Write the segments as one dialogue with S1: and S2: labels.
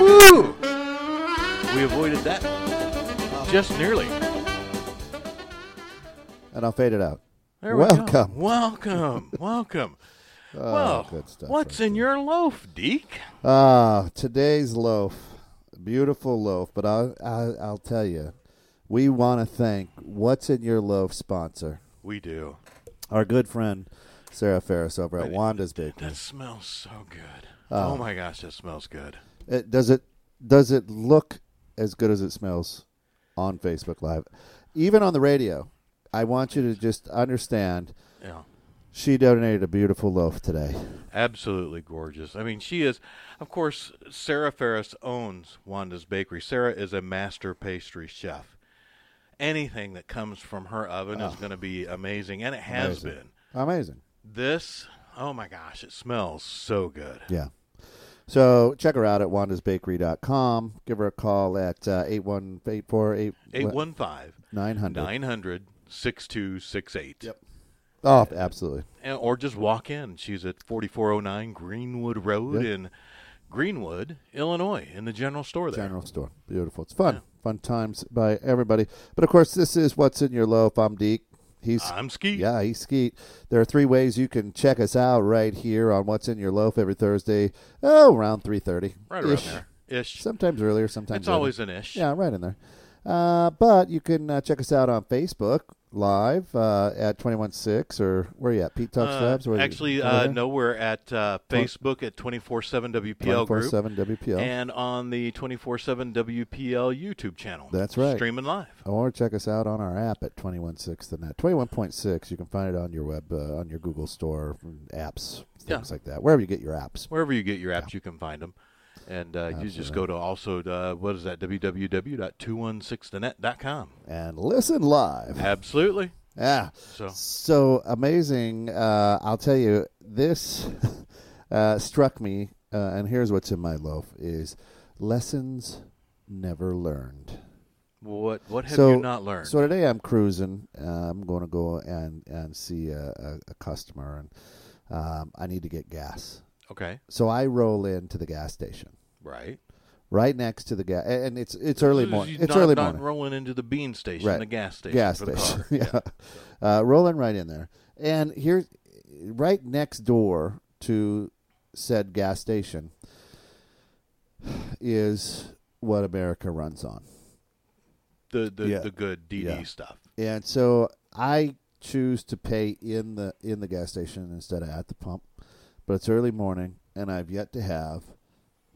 S1: Woo! We avoided that. Just nearly.
S2: And I'll fade it out.
S1: There we go.
S2: Welcome.
S1: Welcome.
S2: Oh,
S1: Welcome. well,
S2: good stuff
S1: what's
S2: right
S1: in your loaf, Deke?
S2: Ah, today's loaf, beautiful loaf. But I'll, I'll, I'll tell you, we want to thank What's in Your Loaf sponsor,
S1: We do.
S2: our good friend Sarah Ferris over at Wanda's Bakery.
S1: That smells so good. Oh, my gosh, that smells good.
S2: It, does it does it look as good as it smells on Facebook Live, even on the radio? I want you to just understand.
S1: Yeah.
S2: She donated a beautiful loaf today.
S1: Absolutely gorgeous. I mean, she is, of course, Sarah Ferris owns Wanda's Bakery. Sarah is a master pastry chef. Anything that comes from her oven is going to be amazing, and it has
S2: Oh. Amazing.
S1: been.
S2: Amazing.
S1: This, oh my gosh, it smells so good.
S2: Yeah. So check her out at wandasbakery.com. Give her a call at uh, 8184
S1: 815
S2: 900.
S1: 900 6268.
S2: Yep. Oh, absolutely.
S1: And- Or just walk in. She's at 4409 Greenwood Road in Greenwood, Illinois, in the general store there.
S2: General store. Beautiful. It's fun. Fun times by everybody. But of course, this is What's in Your Loaf. I'm Deke. He's
S1: I'm Skeet.
S2: Yeah, he skeet. There are three ways you can check us out right here on What's in Your Loaf every Thursday. Oh, around three thirty.
S1: Right around there. Ish.
S2: Sometimes earlier, sometimes
S1: It's
S2: later.
S1: always an ish.
S2: Yeah, right in there. Uh, but you can uh, check us out on Facebook live uh, at 216 or where are you at? Pete Talks
S1: Uh,
S2: Labs? Where
S1: actually, uh, no, we're at uh, Facebook at 24-7 WPL
S2: 24
S1: Group
S2: 7 WPL.
S1: and on the 24-7 WPL YouTube channel.
S2: That's right.
S1: Streaming live.
S2: or check us out on our app at 216 the net 21.6 you can find it on your web uh, on your google store apps things
S1: Yeah.
S2: like that wherever you get your apps
S1: Wherever you get your apps, you can find them. And uh, you just go to also, uh, what is that, www.216thenet.com.
S2: and listen live
S1: Absolutely.
S2: Yeah.
S1: So-
S2: So amazing. Uh, I'll tell you, this uh, struck me, uh, and here's what's in my loaf: is lessons never learned.
S1: What what have
S2: so
S1: you not learned?
S2: So today I'm cruising. Uh, I'm going to go and and see a, a, a customer, and um, I need to get gas.
S1: okay.
S2: So I roll into the gas station
S1: Right.
S2: right next to the gas, and it's it's early
S1: This is
S2: morning.
S1: you
S2: It's
S1: not,
S2: early
S1: not
S2: morning.
S1: rolling into the bean station,
S2: Right.
S1: the gas station.
S2: gas
S1: for the
S2: station.
S1: car.
S2: yeah. Uh, rolling right in there. And here, right next door to said gas station is what America runs on.
S1: The the,
S2: Yeah.
S1: the good DD
S2: Yeah.
S1: stuff.
S2: And so I choose to pay in the in the gas station instead of at the pump. But it's early morning and I've yet to have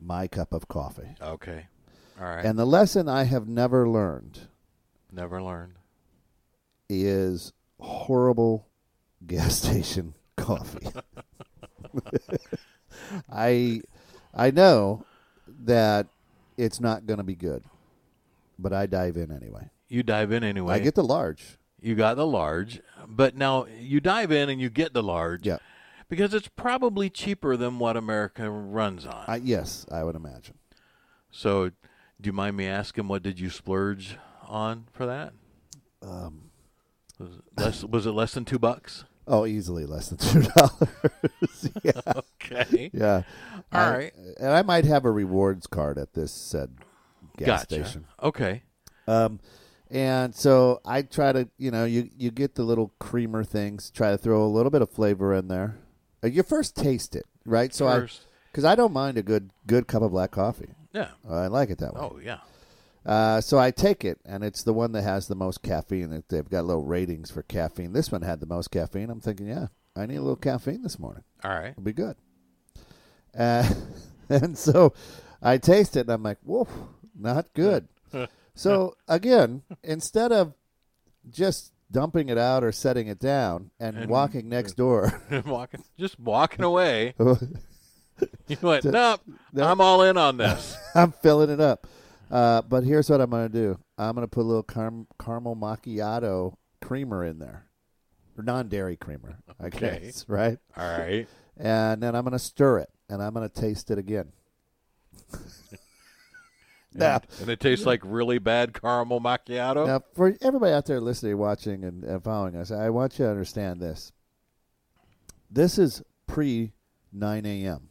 S2: my cup of coffee.
S1: Okay. All right.
S2: And the lesson I have never learned
S1: Never learned.
S2: is horrible gas station coffee. I I know that it's not going to be good, but I dive in anyway.
S1: You dive in anyway.
S2: I get the large.
S1: you got the large, but now you dive in and you get the large.
S2: Yeah.
S1: Because it's probably cheaper than what America runs on.
S2: I yes, I would imagine.
S1: so, do you mind me asking what did you splurge on for that? Um, was it less was it less than two bucks?
S2: Oh, easily less than two dollars. yeah,
S1: Okay.
S2: yeah.
S1: All
S2: I-
S1: right.
S2: and I might have a rewards card at this said gas
S1: Gotcha.
S2: station.
S1: Okay.
S2: Um, and so I try to, you know, you you get the little creamer things. Try to throw a little bit of flavor in there. Uh, You first taste it, right? So
S1: First.
S2: I, because I don't mind a good good cup of black coffee.
S1: Yeah.
S2: I like it that way.
S1: Oh yeah.
S2: Uh, so I take it, and it's the one that has the most caffeine. It- They've got little ratings for caffeine. This one had the most caffeine. I'm thinking, yeah, I need a little caffeine this morning.
S1: All right.
S2: It'll be good. Uh, and so I taste it and I'm like, whoa, not good. so again, instead of just dumping it out or setting it down and, walking next door,
S1: walking, just walking away. you went, nope,
S2: no.
S1: I'm all in on this.
S2: I'm filling it up. Uh, but here's what I'm going to do I'm going to put a little car- caramel macchiato creamer in there, or non dairy creamer, I
S1: Okay.
S2: guess, right?
S1: all right.
S2: And then I'm going to stir it and I'm going to taste it again. now,
S1: And it tastes like really bad caramel macchiato.
S2: Now, for everybody out there listening, watching, and, and following us, I want you to understand this. This is pre 9 a.m.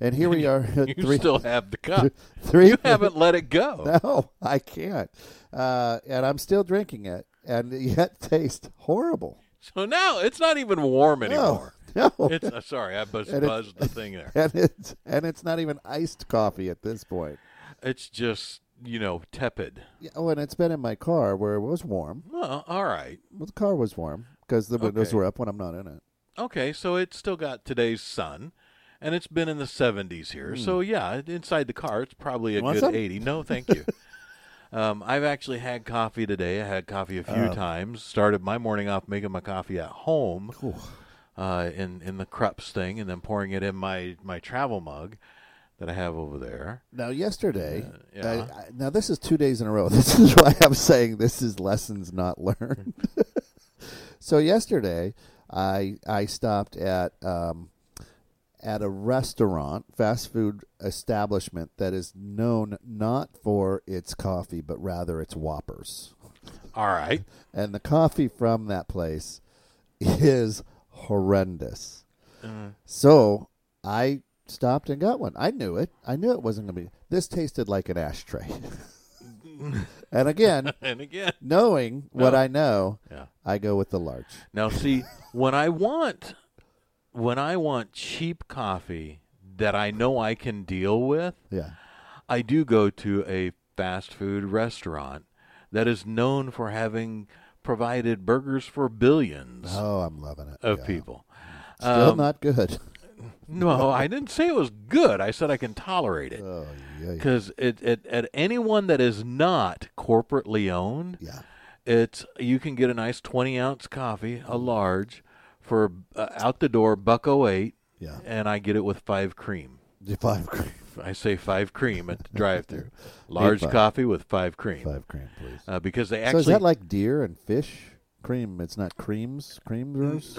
S2: And here we are at
S1: You
S2: three.
S1: still have the cup.
S2: three
S1: You haven't let it go.
S2: No, I can't. Uh, and I'm still drinking it, and yet tastes horrible.
S1: So now it's not even warm anymore.
S2: No, no.
S1: It's uh, sorry, I buzz,
S2: And it-
S1: buzzed the thing there.
S2: and it's and it's not even iced coffee at this point.
S1: It's just you know tepid.
S2: Yeah, Oh, and it's been in my car where it was warm.
S1: Well, all right,
S2: Well, the car was warm because the windows
S1: Okay.
S2: were up when I'm not in it.
S1: okay. So it's still got today's sun, and it's been in the 70s here. So yeah, it- inside the car, it's probably a
S2: Hmm. Want
S1: good
S2: some?
S1: 80. No, thank you. um, I've actually had coffee today. I had coffee a few
S2: Oh.
S1: times. Started my morning off making my coffee at home. uh, in in the Krups thing, and then pouring it in my my travel mug that I have over there.
S2: Now, yesterday,
S1: yeah.
S2: I, I, now this is two days in a row. This is why I'm saying this is lessons not learned. so yesterday, I I stopped at um, at a restaurant, fast food establishment that is known not for its coffee, but rather its Whoppers.
S1: All right,
S2: And the coffee from that place is horrendous.
S1: Mm.
S2: So I stopped and got one. I knew it. I knew it wasn't going to be. This tasted like an ashtray. and again,
S1: and again,
S2: knowing
S1: Oh.
S2: what I know,
S1: yeah.
S2: I go with the large.
S1: Now see, when I want when I want cheap coffee that I know I can deal with,
S2: Yeah.
S1: I do go to a fast food restaurant that is known for having provided burgers for billions
S2: Oh, I'm loving it.
S1: of
S2: Yeah.
S1: people.
S2: Still
S1: Um,
S2: not good.
S1: no, I didn't say it was good. I said I can tolerate it.
S2: Oh, yeah. Yeah.
S1: because it, it at anyone that is not corporately owned,
S2: yeah.
S1: it's you can get a nice twenty ounce coffee, a large, for uh, out the door buck oh eight,
S2: Yeah.
S1: and I get it with five cream.
S2: Five cream.
S1: I say five cream at the drive through, large
S2: five.
S1: coffee with five cream,
S2: Five cream, please.
S1: Uh, because they
S2: so
S1: actually
S2: is that like deer and fish? Cream. It's not creams. Creamers.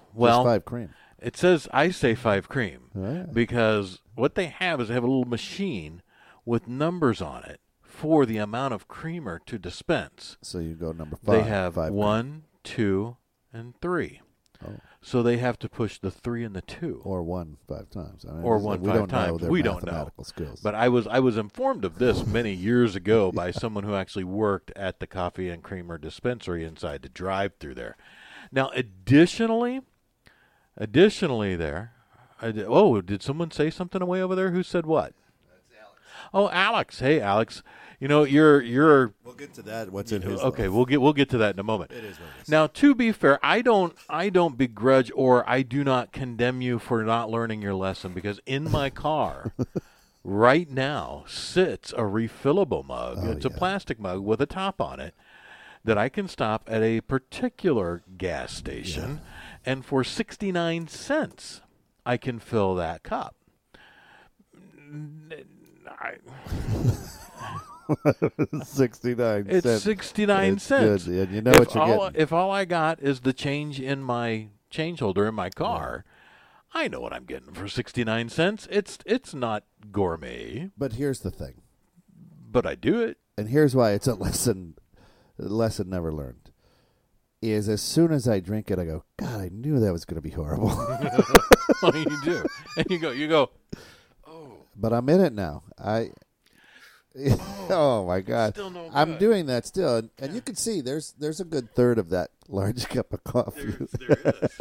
S1: Mm, Well-
S2: Just five cream.
S1: it says I say five cream
S2: Yeah.
S1: because what they have is they have a little machine with numbers on it for the amount of creamer to dispense.
S2: So you go number
S1: They
S2: five.
S1: have
S2: five
S1: one, two, and three.
S2: Oh.
S1: So they have to push the three and the two.
S2: or one five times. I mean,
S1: Or
S2: it's-
S1: one
S2: we
S1: five
S2: don't Know
S1: times.
S2: their
S1: We don't know.
S2: mathematical skills.
S1: But I was I was informed of this many years ago by someone who actually worked at the coffee and creamer dispensary inside the drive through there. Now, additionally, additionally, there. I did- oh, did someone say something away over there? Who said what? That's Alex. Oh, Alex. Hey, Alex. You know you're you're
S3: We'll get to that. What's in his
S1: okay. We'll get we'll get to that in a moment.
S3: It is what it is.
S1: Now, to be fair, I don't I don't begrudge or I do not condemn you for not learning your lesson because in my car right now sits a refillable mug.
S3: Oh,
S1: it's a plastic mug with a top on it that I can stop at a particular gas station and for 69 cents I can fill that cup.
S2: sixty nine.
S1: It's 69
S2: It's
S1: cents.
S2: good, and you know
S1: if
S2: what you're
S1: all,
S2: getting.
S1: If all I got is the change in my change holder in my car, I know what I'm getting for 69 cents. It's it's not gourmet,
S2: But here's the thing,
S1: but I do it.
S2: and here's why it's a lesson. Lesson never learned is as soon as I drink it, I go, God, I knew that was going to be horrible.
S1: What do you do? And you go you go
S2: but I'm in it now. I. oh my God!
S1: Still no
S2: I'm
S1: good.
S2: doing that still, and, and you can see there's there's a good third of that large cup of coffee.
S1: there it is.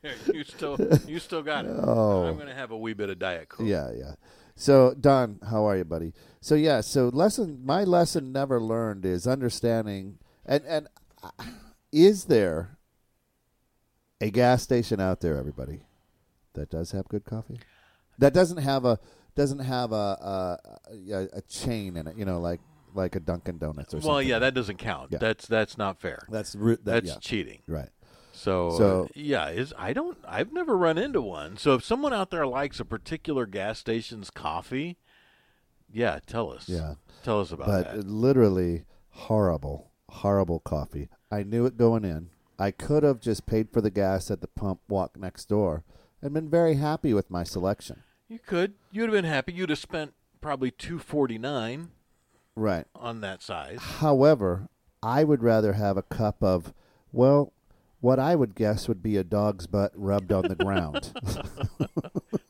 S1: There, you still you still got it. I'm going to have a wee bit of diet coke.
S2: Oh. Yeah, yeah. So Don, how are you, buddy? So yeah, so lesson my lesson never learned is understanding and and uh, is there a gas station out there, everybody, that does have good coffee, that doesn't have a doesn't have a a, a, a chain in it, you know, like like a Dunkin' Donuts or
S1: Well,
S2: something.
S1: yeah, that doesn't count.
S2: Yeah.
S1: That's that's not fair.
S2: that's root. That,
S1: That's
S2: yeah,
S1: cheating.
S2: right.
S1: So, uh,
S2: So-
S1: yeah, is I don't I've never run into one. So if someone out there likes a particular gas station's coffee, yeah, tell us.
S2: Yeah.
S1: Tell us about
S2: but
S1: that.
S2: literally horrible, horrible coffee. I knew it going in. I could have just paid for the gas at the pump, walked next door, and been very happy with my selection.
S1: You could. You'd have been happy. You'd have spent probably 249
S2: Right.
S1: on that size.
S2: However, I would rather have a cup of, well, what I would guess would be a dog's butt rubbed on the ground.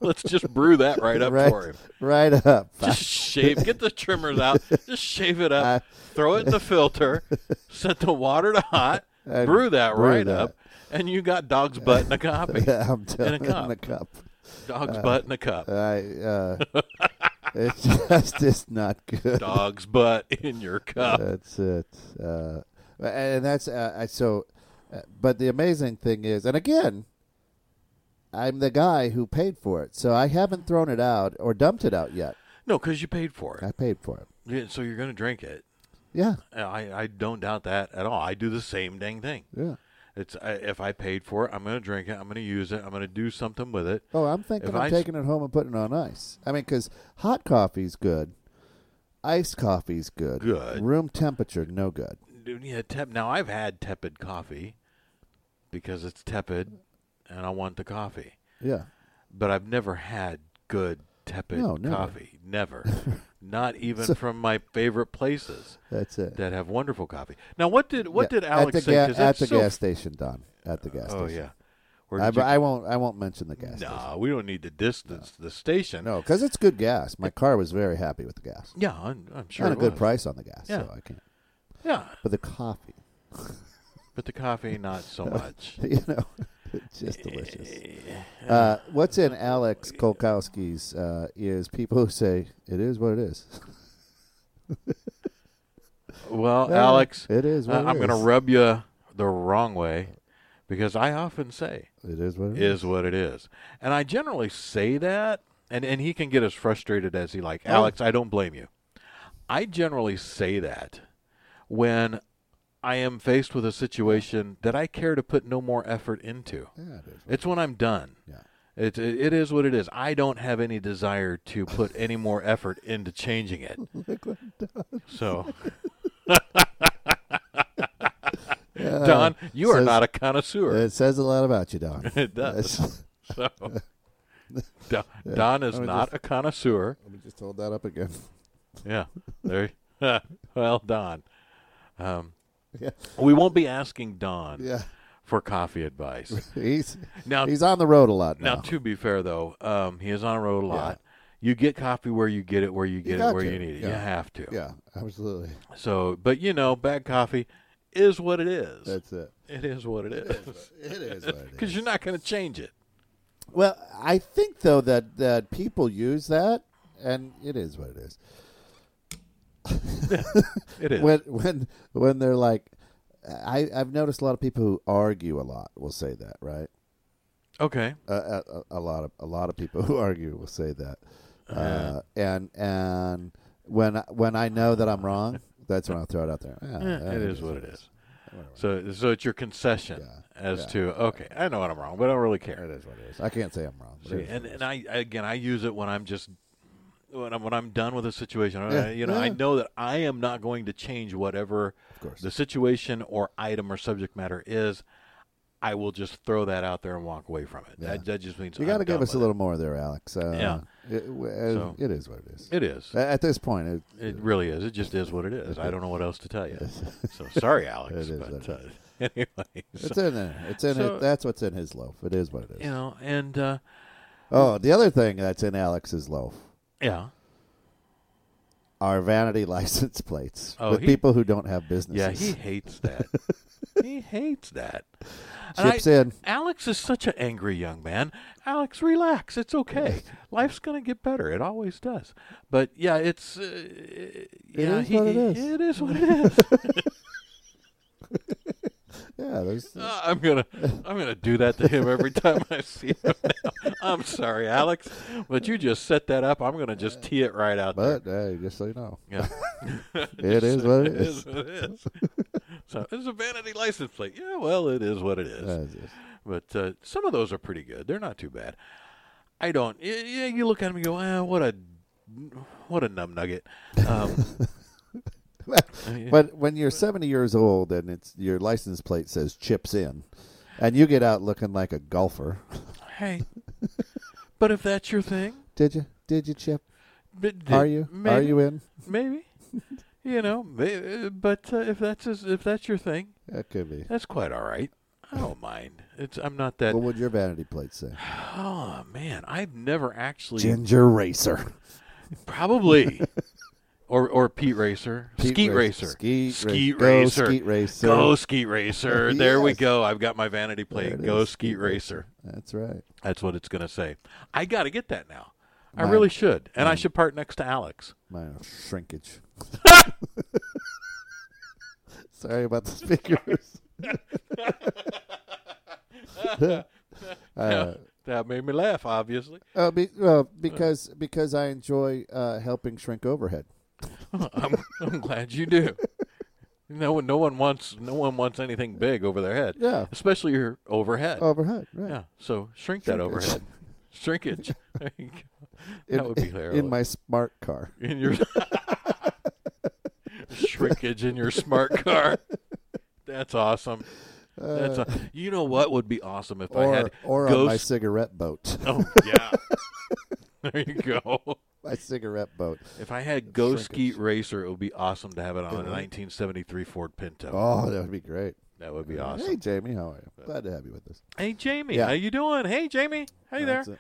S1: Let's just brew that right up
S2: right,
S1: for him.
S2: right up.
S1: Just shave. Get the trimmers out. Just shave it up. throw it in the filter. Set the water to hot.
S2: And
S1: Brew that
S2: brew
S1: right
S2: that.
S1: up, and you got dog's butt in a copy.
S2: I'm telling
S1: In a cup.
S2: In a cup.
S1: Dog's butt in a cup.
S2: I, uh, it's just it's not good.
S1: Dog's butt in your cup.
S2: That's it. Uh, and that's uh, I- so. Uh, but the amazing thing is, and again, I'm the guy who paid for it, so I haven't thrown it out or dumped it out yet.
S1: No, because you paid for it,
S2: I paid for it.
S1: Yeah, so you're going to drink it. Uh,
S2: Yeah,
S1: I, I don't doubt that at all. I do the same dang thing.
S2: yeah.
S1: It's I, if I paid for it, I'm going to drink it. I'm going to use it. I'm going to do something with it.
S2: Oh, I'm thinking
S1: If
S2: of
S1: I-
S2: taking it home and putting it on ice. I mean, because hot coffee's good, iced coffee's good,
S1: Good.
S2: room temperature no good.
S1: Dude, yeah, tep- now I've had tepid coffee because it's tepid, and I want the coffee.
S2: Yeah,
S1: But I've never had good tepid
S2: No, never.
S1: coffee. Never. Not even from my favorite places
S2: that's it.
S1: that have wonderful coffee. Now, what did what
S2: Yeah,
S1: did Alex
S2: at the,
S1: say?
S2: ga-
S1: 'Cause
S2: at
S1: that's
S2: the
S1: so-
S2: gas station, Don? At the gas
S1: Oh
S2: station.
S1: yeah. Where
S2: I,
S1: did you-
S2: I won't. I won't mention the gas. station.
S1: Nah, we don't need to distance the station.
S2: No, because it's good gas. My car was very happy with the gas.
S1: Yeah, I'm, I'm sure.
S2: and a
S1: it
S2: good
S1: was.
S2: price on the gas,
S1: Yeah.
S2: so I can't.
S1: Yeah,
S2: But the coffee,
S1: but the coffee not so much. Eh,
S2: you know, it's just delicious. Uh, what's in Alex Kolkowski's uh, is people who say it is what it is.
S1: Well, Alex,
S2: it is. What
S1: uh, I'm going to rub you the wrong way because I often say
S2: It is what it is.
S1: is what it is, and I generally say that, and and he can get as frustrated as he like.
S2: Oh.
S1: Alex, I don't blame you. I generally say that when I am faced with a situation that I care to put no more effort into.
S2: Yeah, it is. what-
S1: It's when I'm done.
S2: Yeah.
S1: It, it, it is what it is. I don't have any desire to put any more effort into changing it. so, Don, you are
S2: Uh, says-
S1: not a connoisseur.
S2: It says a lot about you, Don.
S1: It does.
S2: That's-
S1: so, Don, Don is
S2: I mean,
S1: not a connoisseur.
S2: Let me just hold that up again.
S1: Yeah. There. well, Don. Um,
S2: Yeah.
S1: we won't be asking Don
S2: Yeah,
S1: for coffee advice.
S2: he's
S1: Now,
S2: he's on the road a lot
S1: Now,
S2: now.
S1: to be fair though, um, he is on a road a lot. You get coffee where you get it, where you get it,
S2: got
S1: where
S2: to.
S1: you need it. You
S2: Yeah.
S1: have to.
S2: yeah, absolutely.
S1: So, but you know, bad coffee is what it is.
S2: That's it.
S1: it is what it is.
S2: It is what it is.
S1: Because you're not going to change it.
S2: Well, I think though that that people use that, and it is what it is.
S1: It is.
S2: When when when they're like, I I've noticed a lot of people who argue a lot will say that, right?
S1: okay.
S2: Uh, a, a, a lot of a lot of people who argue will say that,
S1: Uh-huh.
S2: uh, and and when I- when I know that I'm wrong, that's when I'll throw it out there. Yeah,
S1: Eh,
S2: that
S1: it is what it is. So, so it's your concession
S2: Yeah.
S1: as
S2: Yeah.
S1: to okay, I know what I'm wrong, but I don't really care.
S2: It is what it is. I can't say I'm wrong. but
S1: See,
S2: it is
S1: and
S2: what it
S1: and I again, I use it when I'm just when I'm when I'm done with a situation. I-
S2: Yeah,
S1: you know, I
S2: yeah.
S1: know that I am not going to change whatever
S2: course.
S1: the situation or item or subject matter is. I will just throw that out there and walk away from it.
S2: Yeah.
S1: That, that just means
S2: is. you got to give us a little more there, Alex. Uh,
S1: Yeah.
S2: it- w-
S1: So-
S2: it is what it is.
S1: It is.
S2: At this point, it,
S1: It really is. It just is what it is. I don't know what else to tell you. So sorry, Alex.
S2: It is
S1: but
S2: what
S1: uh, anyway, so,
S2: It's in there. It's in
S1: So-
S2: it. That's what's in his loaf. It is what it is.
S1: you know, and uh,
S2: Oh, the other thing that's in Alex's loaf
S1: yeah,
S2: are vanity license plates
S1: Oh,
S2: with
S1: he-
S2: people who don't have businesses.
S1: yeah, he hates that. he hates that. And I-
S2: chips in.
S1: Alex is such an angry young man. Alex, relax. It's okay. Life's gonna get better. It always does. But yeah, it's uh, yeah,
S2: is
S1: he-
S2: what it is.
S1: It is what it is.
S2: Yeah, there's.
S1: Uh, I'm gonna I'm gonna do that to him every time I see him. Now. I'm sorry, Alex, but you just set that up. I'm gonna just tee it right out there.
S2: But hey, just so you know,
S1: Yeah,
S2: it is what it
S1: it is
S2: is.
S1: what it is. So it's a vanity license plate. Yeah, well, it is what it is.
S2: That is it.
S1: But uh, some of those are pretty good. They're not too bad. I don't. y- Yeah, you look at them and go, ah, what a, what a numb nugget. Um,
S2: But when you're 70 years old and it's your license plate says chips in, and you get out looking like a golfer,
S1: hey, but if that's your thing,
S2: did you? Did you chip?
S1: but
S2: Are you?
S1: Maybe,
S2: Are you in?
S1: Maybe. You know, may- uh, but uh, if that's his, if that's your thing,
S2: That could be.
S1: that's quite all right. I don't mind. It's I'm not that.
S2: What would your vanity plate say?
S1: Oh man, I've never actually
S2: Ginger Racer.
S1: probably. Or, or Pete Racer,
S2: Pete
S1: Skeet Racer,
S2: Racer. Skeet
S1: Skeet
S2: Ra- go
S1: Racer,
S2: Skeet Racer.
S1: Go Skeet Racer. There we
S2: Yes.
S1: go. I've got my vanity
S2: There
S1: plate.
S2: it
S1: Go
S2: is,
S1: Skeet Racer.
S2: That's right.
S1: That's what it's going to say. I got to get that now. I
S2: Mine-
S1: really should, and I should part next to Alex.
S2: Mine are shrinkage. Sorry about the speakers. uh,
S1: That made me laugh, obviously.
S2: uh, be, well, because because I enjoy uh, helping shrink overhead.
S1: I'm, I'm glad you do. No one, no one wants, no one wants anything big over their head.
S2: Yeah.
S1: especially your overhead.
S2: Overhead, right?
S1: Yeah, so shrink that
S2: Oh. Shrinkage.
S1: overhead. Shrinkage. There you go.
S2: In,
S1: that would be hilarious.
S2: in my smart car.
S1: in your shrinkage in your smart car. That's awesome. That's aw- you know what would be awesome if I
S2: Uh, Or
S1: had
S2: or on my
S1: ghost.
S2: cigarette boat.
S1: oh yeah, there you go.
S2: my cigarette boat.
S1: If I had Ghost
S2: Shrinkage.
S1: Skeet Racer, it would be awesome to have it on a
S2: would.
S1: 1973 Ford Pinto.
S2: Oh, that would be great.
S1: That would be
S2: Hey
S1: awesome.
S2: Jamie, how are you? Glad to have you with us.
S1: Hey, Jamie,
S2: Yeah.
S1: how you doing? Hey, Jamie, hey there.
S2: That's it.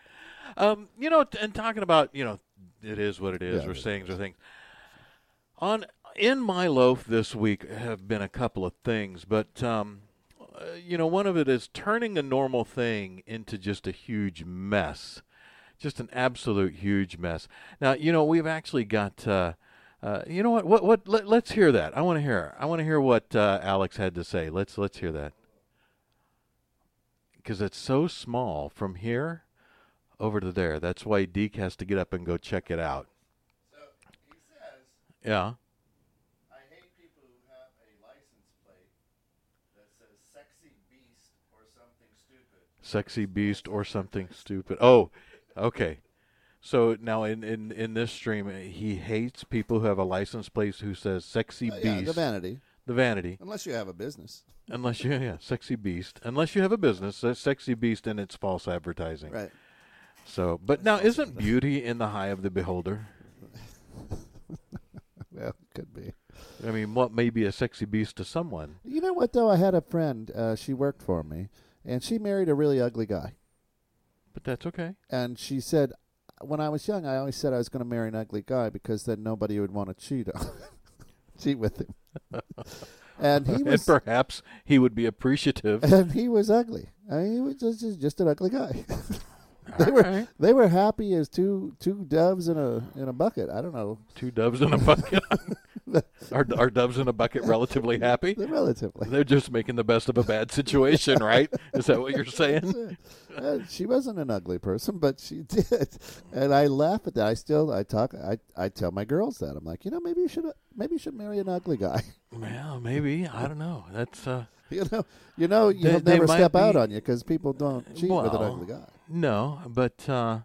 S1: Um, you know, t- and talking about you know, it is what it is,
S2: Yeah,
S1: or
S2: it is.
S1: things or things. On in my loaf this week have been a couple of things, but um, uh, you know, one of it is turning a normal thing into just a huge mess, just an absolute huge mess. Now, you know, we've actually got. Uh, uh, you know what? What? What? Let, let's hear that. I want to hear. I want to hear what uh, Alex had to say. Let's let's hear that. Because it's so small from here over to there. That's why Deke has to get up and go check it out. Yeah.
S2: I hate people who have a license plate that says sexy beast or something stupid.
S1: Sexy beast or something stupid. Oh, okay. So now in, in, in this stream, he hates people who have a license plate who says sexy beast,
S2: Oh, Yeah, the vanity.
S1: the vanity,
S2: Unless you have a business.
S1: unless you, yeah, sexy beast, unless you have a business, that's sexy beast and it's false advertising.
S2: Right.
S1: So, but now isn't beauty in the eye of the beholder?
S2: Well, could be.
S1: I mean, what may be a sexy beast to someone?
S2: You know what though? I had a friend, uh, she worked for me, and she married a really ugly guy.
S1: But that's okay.
S2: And she said when I was young I always said I was gonna marry an ugly guy because then nobody would want to cheat on cheat with him. and he was
S1: and perhaps he would be appreciative.
S2: and he was ugly. I mean, he was just, just, just an ugly guy. they
S1: All
S2: were
S1: right.
S2: they were happy as two two doves in a in a bucket. I don't know,
S1: Two doves in a bucket. are, are doves in a bucket relatively happy?
S2: They're relatively.
S1: They're just making the best of a bad situation, right? Is that what you're saying?
S2: Uh, she wasn't an ugly person, but she did, and I laugh at that. I still I talk I I tell my girls that I'm like you know maybe you should maybe you should marry an ugly guy.
S1: Well, maybe. I don't know. That's uh,
S2: you know you know you'll
S1: they
S2: never
S1: might
S2: step out
S1: be-
S2: on you because people don't cheat with an
S1: Well,
S2: ugly guy.
S1: no, but uh,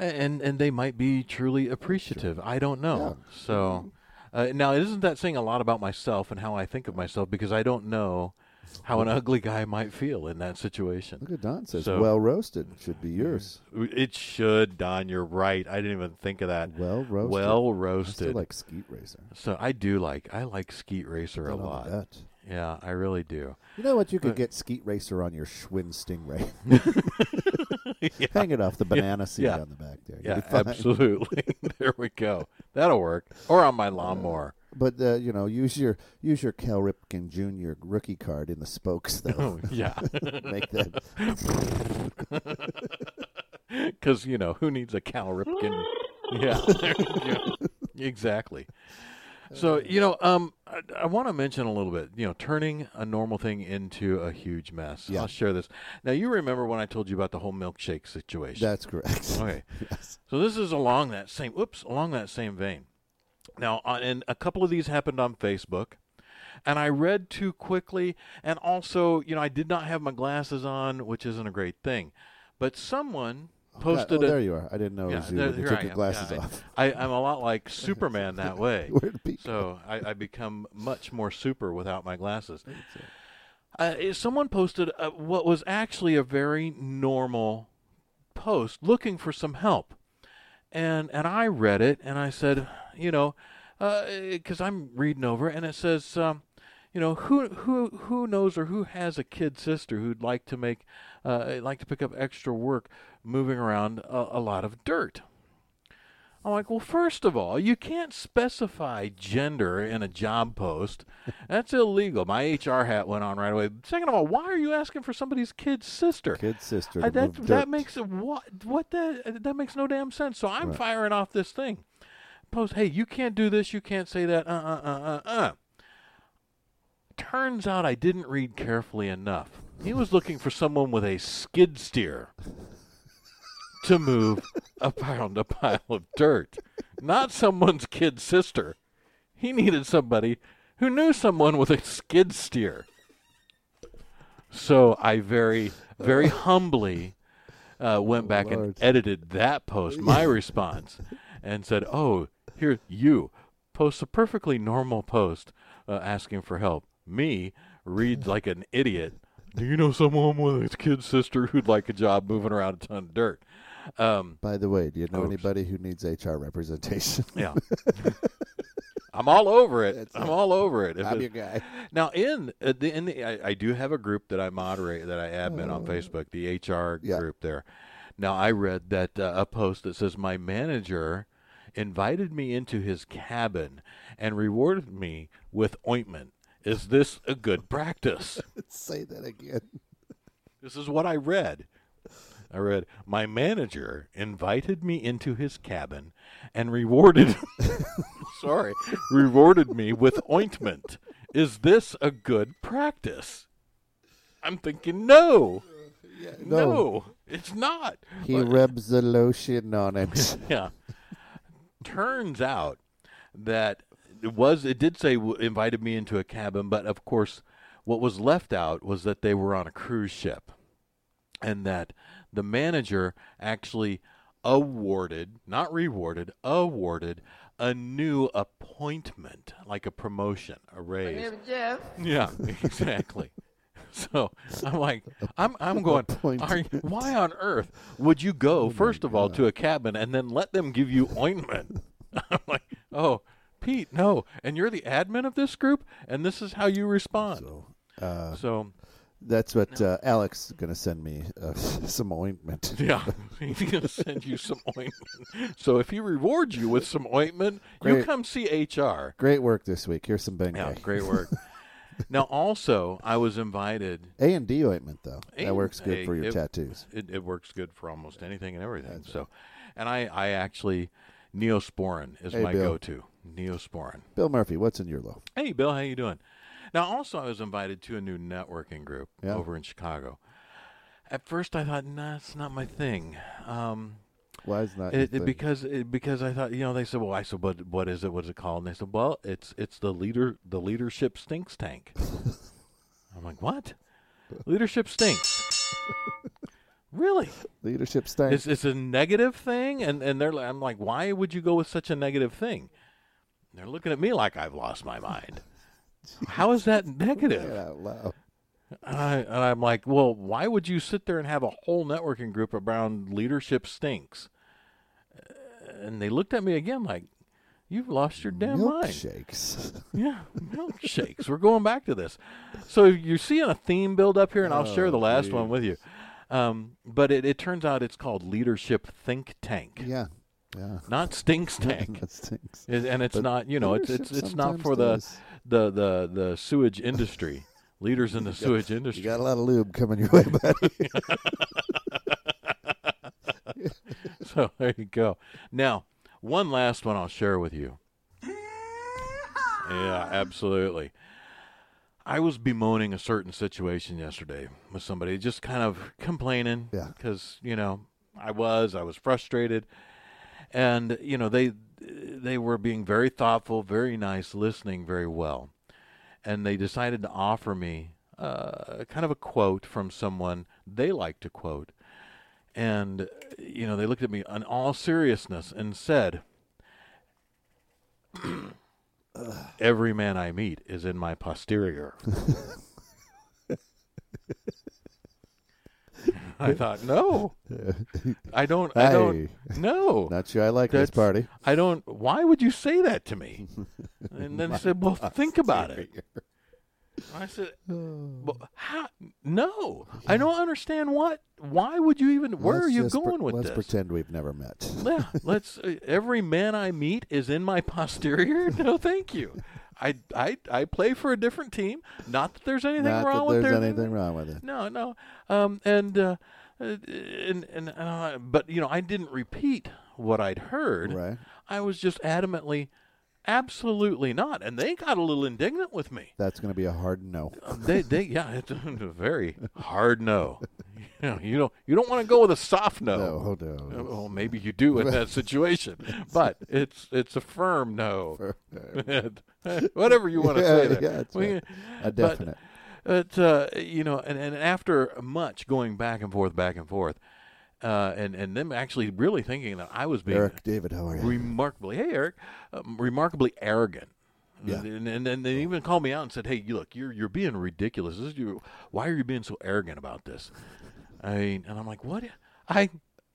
S1: and and they might be truly appreciative. I don't know. So uh, now, isn't that saying a lot about myself and how I think of myself? Because I don't know how an ugly guy might feel in that situation.
S2: Look at Don says
S1: So-
S2: well roasted should be yours.
S1: It should, Don. You're right. I didn't even think of that.
S2: Well roasted.
S1: Well
S2: I still
S1: roasted.
S2: like Skeet Racer.
S1: so I do like. I like Skeet Racer
S2: I
S1: a
S2: love
S1: lot.
S2: that.
S1: Yeah, I really do.
S2: You know what? You could get Skeet Racer on your Schwinn Stingray. Hang it off the banana seat
S1: Yeah.
S2: on the back there. You'll
S1: Yeah,
S2: be fine.
S1: absolutely. there we go. That'll work. Or on my lawnmower.
S2: But uh, you know, use your use your Cal Ripken Jr. rookie card in the spokes though.
S1: Oh yeah,
S2: Make that
S1: because you know who needs a Cal Ripken? Yeah, there you go. exactly. So you know, um, I, I want to mention a little bit. You know, turning a normal thing into a huge mess.
S2: Yeah.
S1: I'll share this. Now, you remember when I told you about the whole milkshake situation?
S2: that's correct.
S1: Okay.
S2: Yes.
S1: So this is along that same oops, along that same vein. Now, on, and a couple of these happened on Facebook, and I read too quickly, and also, you know, I did not have my glasses on, which isn't a great thing. But someone
S2: Oh,
S1: posted
S2: there
S1: a
S2: you are. I didn't know it
S1: yeah,
S2: was you
S1: there-
S2: when you
S1: here
S2: took
S1: I
S2: your
S1: am.
S2: glasses
S1: Yeah, I-
S2: off.
S1: I, I'm a lot like Superman that way.
S2: Where to be?
S1: So I, I become much more super without my glasses. Uh, someone posted uh what was actually a very normal post looking for some help. And, and I read uh, it and I said, you know, because I'm reading over it and it says, um, you know who who who knows or who has a kid sister who'd like to make uh, like to pick up extra work moving around a, a lot of dirt. I'm like, well, first of all, you can't specify gender in a job post. That's illegal. My HR hat went on right away. Second of all, why are you asking for somebody's kid's sister?
S2: Kid sister.
S1: I-
S2: to
S1: that
S2: move
S1: Uh, that
S2: dirt.
S1: makes it what what that that makes no damn sense. So I'm firing off this thing. Post, hey, you can't do this. You can't say that. Uh uh uh uh uh. Turns out I didn't read carefully enough. He was looking for someone with a skid steer to move around a pile of dirt, not someone's kid sister. He needed somebody who knew someone with a skid steer. So I very, very humbly uh, went back and
S2: Lord.
S1: edited that post, my response, and said, "Oh, here you post a perfectly normal post uh, asking for help. Me read like an idiot. Do you know someone with a kid sister who'd like a job moving around a ton of dirt?" Um,
S2: By the way, do you know
S1: Oops.
S2: anybody who needs HR representation?
S1: Yeah. I'm all over it. I'm all over it. If
S2: I'm
S1: it-
S2: your guy.
S1: now, in uh, the, in the, I, I do have a group that I moderate that I admin on Facebook, the HR
S2: Yeah.
S1: group there. Now, I read that uh, a post that says my manager invited me into his cabin and rewarded me with ointment. Is this a good practice?
S2: Say that again.
S1: This is what I read. I read, My manager invited me into his cabin and rewarded sorry, rewarded me with ointment. Is this a good practice? I'm thinking no. No,
S2: no.
S1: it's not.
S2: He rubs the lotion on it.
S1: Yeah. Turns out that it was it did say w- invited me into a cabin, but of course, what was left out was that they were on a cruise ship, and that the manager actually awarded, not rewarded, awarded a new appointment, like a promotion, a raise.
S3: Jeff.
S1: Yeah, exactly. so I'm like, I'm I'm going. Are, you- Oh
S2: Appointment.
S1: why on earth would you go first of all to a cabin and then let them give you ointment? I'm like, oh, Pete, no. And you're the admin of this group, and this is how you respond. So, uh,
S2: Uh, That's what uh, Alex is going to send me uh, some ointment.
S1: yeah, he's gonna send you some ointment. So if he rewards you with some ointment, you
S2: Great.
S1: come see HR.
S2: Great work this week. Here's some Bengay.
S1: Yeah, great work. now, also, I was invited
S2: A and D ointment though.
S1: A-
S2: that works good for your
S1: it-
S2: tattoos.
S1: It, it works good for almost anything and everything. so, and I, I actually, Neosporin is
S2: Hey,
S1: my
S2: Bill.
S1: go-to. Neosporin.
S2: Bill Murphy, what's in your loaf?
S1: Hey, Bill, how you doing? Now, also, I was invited to a new networking group
S2: Yeah.
S1: over in Chicago. At first, I thought, nah, it's not my thing. Um,
S2: Why is not
S1: it,
S2: your
S1: it,
S2: thing?
S1: because it, because I thought, you know, they said, well, I said, what what is it? What's it called? And they said, well, it's it's the leader the leadership stinks tank. I'm like, what? Leadership stinks. really?
S2: leadership style?
S1: It's, it's a negative thing, and, and they're like, I'm like, why would you go with such a negative thing? And they're looking at me like I've lost my mind. How is that
S2: Say it
S1: negative?
S2: out loud.
S1: And, I, and I'm like, well, why would you sit there and have a whole networking group around leadership stinks? Uh, And they looked at me again like, you've lost your damn mind.
S2: Milkshakes.
S1: Yeah, milkshakes. We're going back to this. So you're seeing a theme build up here, and I'll
S2: Oh,
S1: share the last one with you. Um, but it, it turns out it's called Leadership Think Tank,
S2: yeah, yeah.
S1: not Stinks Tank.
S2: that stinks.
S1: It- and it's
S2: But
S1: not, you know, it's it's,
S2: leadership
S1: it's not
S2: sometimes
S1: for the,
S2: does.
S1: the, the, the sewage industry, leaders in the sewage
S2: You
S1: industry.
S2: got a lot of lube coming your way, buddy.
S1: So there you go. Now, one last one I'll share with you. Yeah, absolutely. I was bemoaning a certain situation yesterday with somebody, just kind of complaining
S2: Yeah.
S1: because you know I was I was frustrated, and you know they they were being very thoughtful, very nice, listening very well, and they decided to offer me uh, kind of a quote from someone they like to quote, and you know they looked at me in all seriousness and said, "Every man I meet is in my posterior." I thought, no, I don't, I don't, no,
S2: not sure I like
S1: that's
S2: this party.
S1: I don't. Why would you say that to me? And then I said, well, think about it. I said, "But how? No, I don't understand what. Why would you even? Where
S2: Let's
S1: are you
S2: just
S1: going
S2: pre-
S1: with
S2: let's
S1: this?
S2: pretend we've never met.
S1: yeah, let's. Uh, every man I meet is in my posterior. No, thank you. I, I, I play for a different team. Not that there's anything
S2: Not
S1: wrong
S2: that
S1: with
S2: there's
S1: their-
S2: anything wrong with it.
S1: No, no. Um, and uh, uh, and and uh, but you know, I didn't repeat what I'd heard.
S2: Right.
S1: I was just adamantly, absolutely not. And they got a little indignant with me.
S2: That's going to be a hard no.
S1: They, they, yeah, it's a very hard no. You know, you don't, you don't want to go with a soft
S2: No,
S1: no.
S2: Oh, hold on.
S1: Uh, Well, maybe you do in that situation, but it's it's a firm no. Whatever you want to Oh. say.
S2: Yeah,
S1: There.
S2: yeah, that's
S1: We-
S2: right. A definite.
S1: But, uh, you know, and, and after much going back and forth, back and forth, uh, and and them actually really thinking that I was being
S2: Eric, David, how are you?
S1: remarkably, hey Eric, um, remarkably arrogant.
S2: Yeah.
S1: And, and and they even called me out and said, "Hey, you- look, you're you're being ridiculous. This is you. Why are you being so arrogant about this?" I mean, and I'm like, "What? I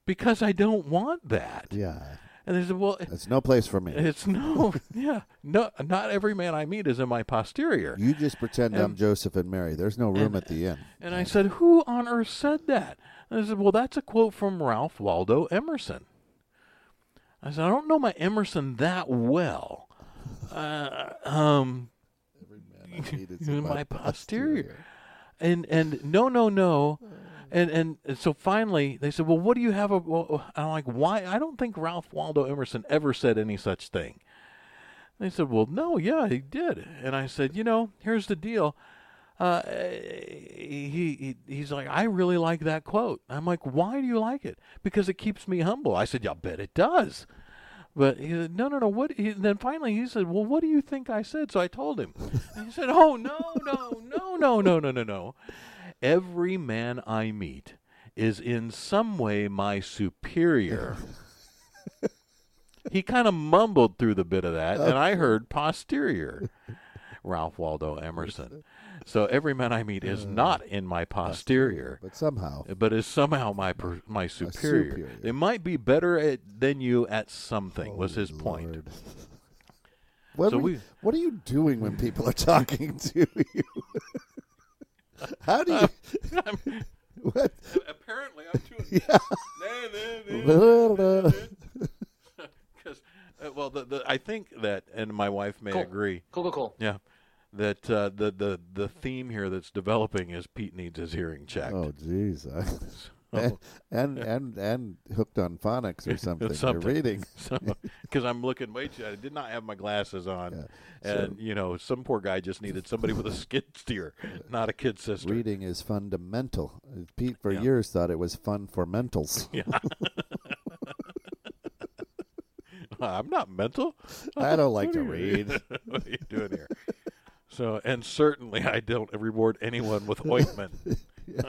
S1: because I don't want that."
S2: yeah,
S1: And they said, "Well,
S2: that's no place for me.
S1: it's no, yeah, no, not every man I meet is in my posterior."
S2: You just pretend I'm Joseph and Mary. There's no room at the inn.
S1: And I said, Who on earth said that? And I said, Well, that's a quote from Ralph Waldo Emerson. I said, I don't know my Emerson that well. Uh, um, in my posterior. And and no, no, no. And, and and so finally they said, well, what do you have? A, well, I'm like, why? I don't think Ralph Waldo Emerson ever said any such thing. They said, well, no, yeah, he did. And I said, you know, here's the deal. Uh, he, he he's like, I really like that quote. I'm like, why do you like it? Because it keeps me humble. I said, yeah, I bet it does. But he said, no, no, no. What? He, then finally he said, well, what do you think I said? So I told him. And he said, oh no, no, no, no, no, no, no, no. Every man I meet is in some way my superior. he kind of mumbled through the bit of that, and I heard posterior. Ralph Waldo Emerson. So every man I meet is not in my posterior
S2: But somehow,
S1: but is somehow my per, my superior.
S2: superior. Oh,
S1: They might be better at than you at something. was his point.
S2: Lord. What,
S1: So
S2: were you-
S1: we-
S2: what are you doing when people are talking to you? How do you? what?
S1: Apparently, I'm doing because uh, well, the, the, I think that, and my wife may agree.
S3: Cool, cool, cool.
S1: Yeah, that uh, the the the theme here that's developing is Pete needs his hearing checked.
S2: Oh, jeez. and, and and and hooked on phonics or something.
S1: something.
S2: You're reading.
S1: Because I'm looking way too, I did not have my glasses on, and you know, some poor guy just needed somebody with a skid steer, not a kid sister.
S2: Reading is fundamental. Pete for years thought it was fun for mentals.
S1: I'm not mental.
S2: I don't like to
S1: What are you-
S2: read.
S1: what are you doing here? So, and certainly I don't reward anyone with ointment.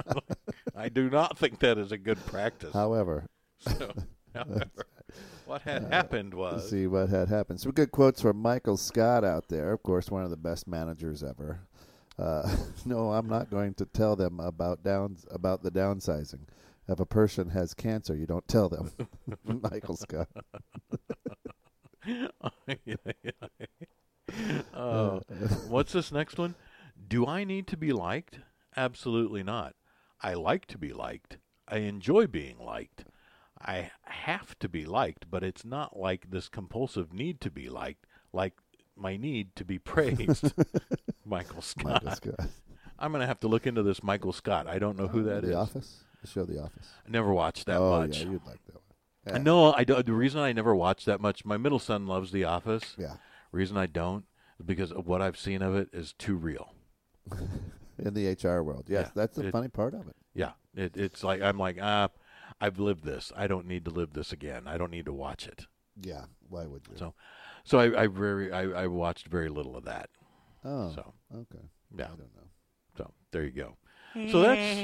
S1: I do not think that is a good practice.
S2: However,
S1: So, however, what had happened
S2: let's
S1: was
S2: see what had happened. Some good quotes from Michael Scott out there. Of course, one of the best managers ever. Uh, no, I'm not going to tell them about downs about the downsizing. If a person has cancer, you don't tell them. Michael Scott.
S1: Oh, what's this next one? Do I need to be liked? Absolutely not. I like to be liked. I enjoy being liked. I have to be liked, but it's not like this compulsive need to be liked, like my need to be praised. Michael Scott.
S2: Michael Scott.
S1: I'm going to have to look into this Michael Scott. I don't know who that is.
S2: the Office. The show The Office.
S1: I never watched that
S2: oh
S1: much.
S2: yeah, you'd like that one. Yeah.
S1: No, I don't. The reason I never watched that much, my middle son loves The Office.
S2: Yeah.
S1: Reason I don't is because of what I've seen of it is too real.
S2: in the HR world. Yes,
S1: Yeah,
S2: that's the
S1: it-
S2: funny part of it.
S1: Yeah, it, it's like I'm like ah, I've lived this. I don't need to live this again. I don't need to watch it.
S2: Yeah, why would you?
S1: So, so I, I very I, I watched very little of that.
S2: oh,
S1: So
S2: okay.
S1: yeah,
S2: I don't know.
S1: so there you go. So that's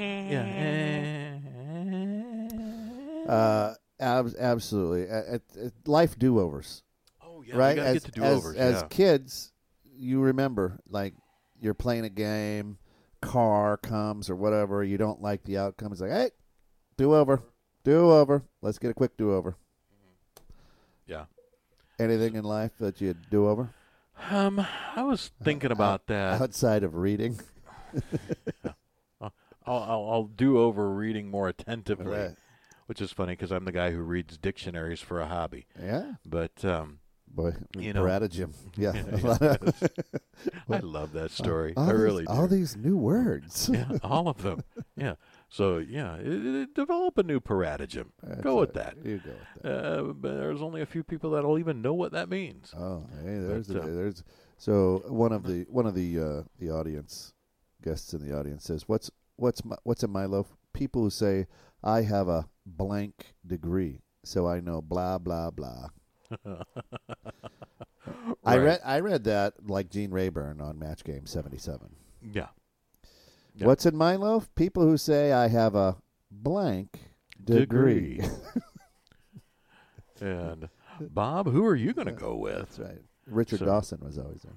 S1: yeah.
S2: Uh, ab- absolutely. Uh, it- it- life do overs,
S1: oh yeah,
S2: right?
S1: We gotta
S2: as
S1: get to do
S2: as,
S1: overs.
S2: as
S1: Yeah.
S2: kids, you remember like you're playing a game, car comes or whatever. You don't like the outcome. It's like, hey, do over, do over. Let's get a quick do over.
S1: yeah.
S2: Anything in life that you do over Uh,
S1: Um, I was thinking about that.
S2: outside of reading?
S1: I'll, I'll, I'll do over reading more attentively,
S2: Right.
S1: which is funny because I'm the guy who reads dictionaries for a hobby.
S2: Yeah.
S1: But um,
S2: Boy,
S1: You
S2: you
S1: know.
S2: Beretta Jim. Yeah.
S1: I love that story.
S2: uh, all
S1: I
S2: these,
S1: really
S2: All
S1: do.
S2: these new words.
S1: yeah, all of them. Yeah. So yeah, i i- develop a new paratagem. Go with that.
S2: You go with that.
S1: Uh, but there's only a few people that'll even know what that means.
S2: Oh, hey, there's
S1: But,
S2: a,
S1: uh,
S2: there's so one of the one of the uh, the audience guests in the audience says, "What's what's my, what's in my loaf?" People who say, "I have a blank degree, so I know blah blah blah." I
S1: Right.
S2: read I read that like Gene Rayburn on Match Game seventy seven.
S1: Yeah. Yeah.
S2: What's in my loaf? People who say I have a blank degree.
S1: and Bob, who are you going to go with?
S2: That's right. Richard
S1: So-
S2: Dawson was always there.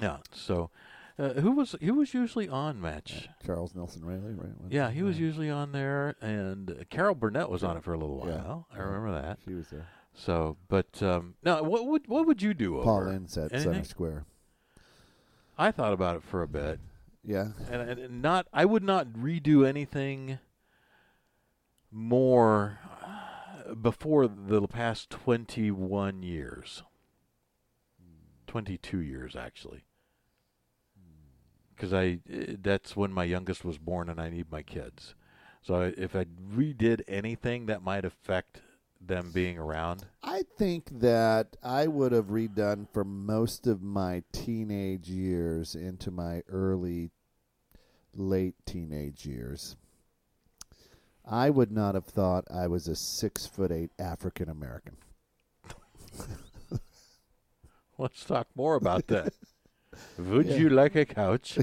S1: Yeah. So, uh, who was he was usually on match?
S2: Charles Nelson Riley, right?
S1: Yeah, he was usually on there, and uh, Carol Burnett was on it for a little
S2: Yeah.
S1: while. I remember that.
S2: She was there.
S1: So, but um, now, what would what would you do?
S2: Paul
S1: Over?
S2: Ince at
S1: Anything?
S2: Center Square.
S1: I thought about it for a bit,
S2: Yeah.
S1: and, and- and not I would not redo anything more uh, before the past twenty one years, twenty two years actually, because I eh, that's when my youngest was born and I need my kids. So I, if I redid anything, that might affect them being around.
S2: I think that I would have redone for most of my teenage years into my early, late teenage years. I would not have thought I was a six foot eight African American.
S1: Let's talk more about that. Would
S2: Yeah.
S1: you like a couch?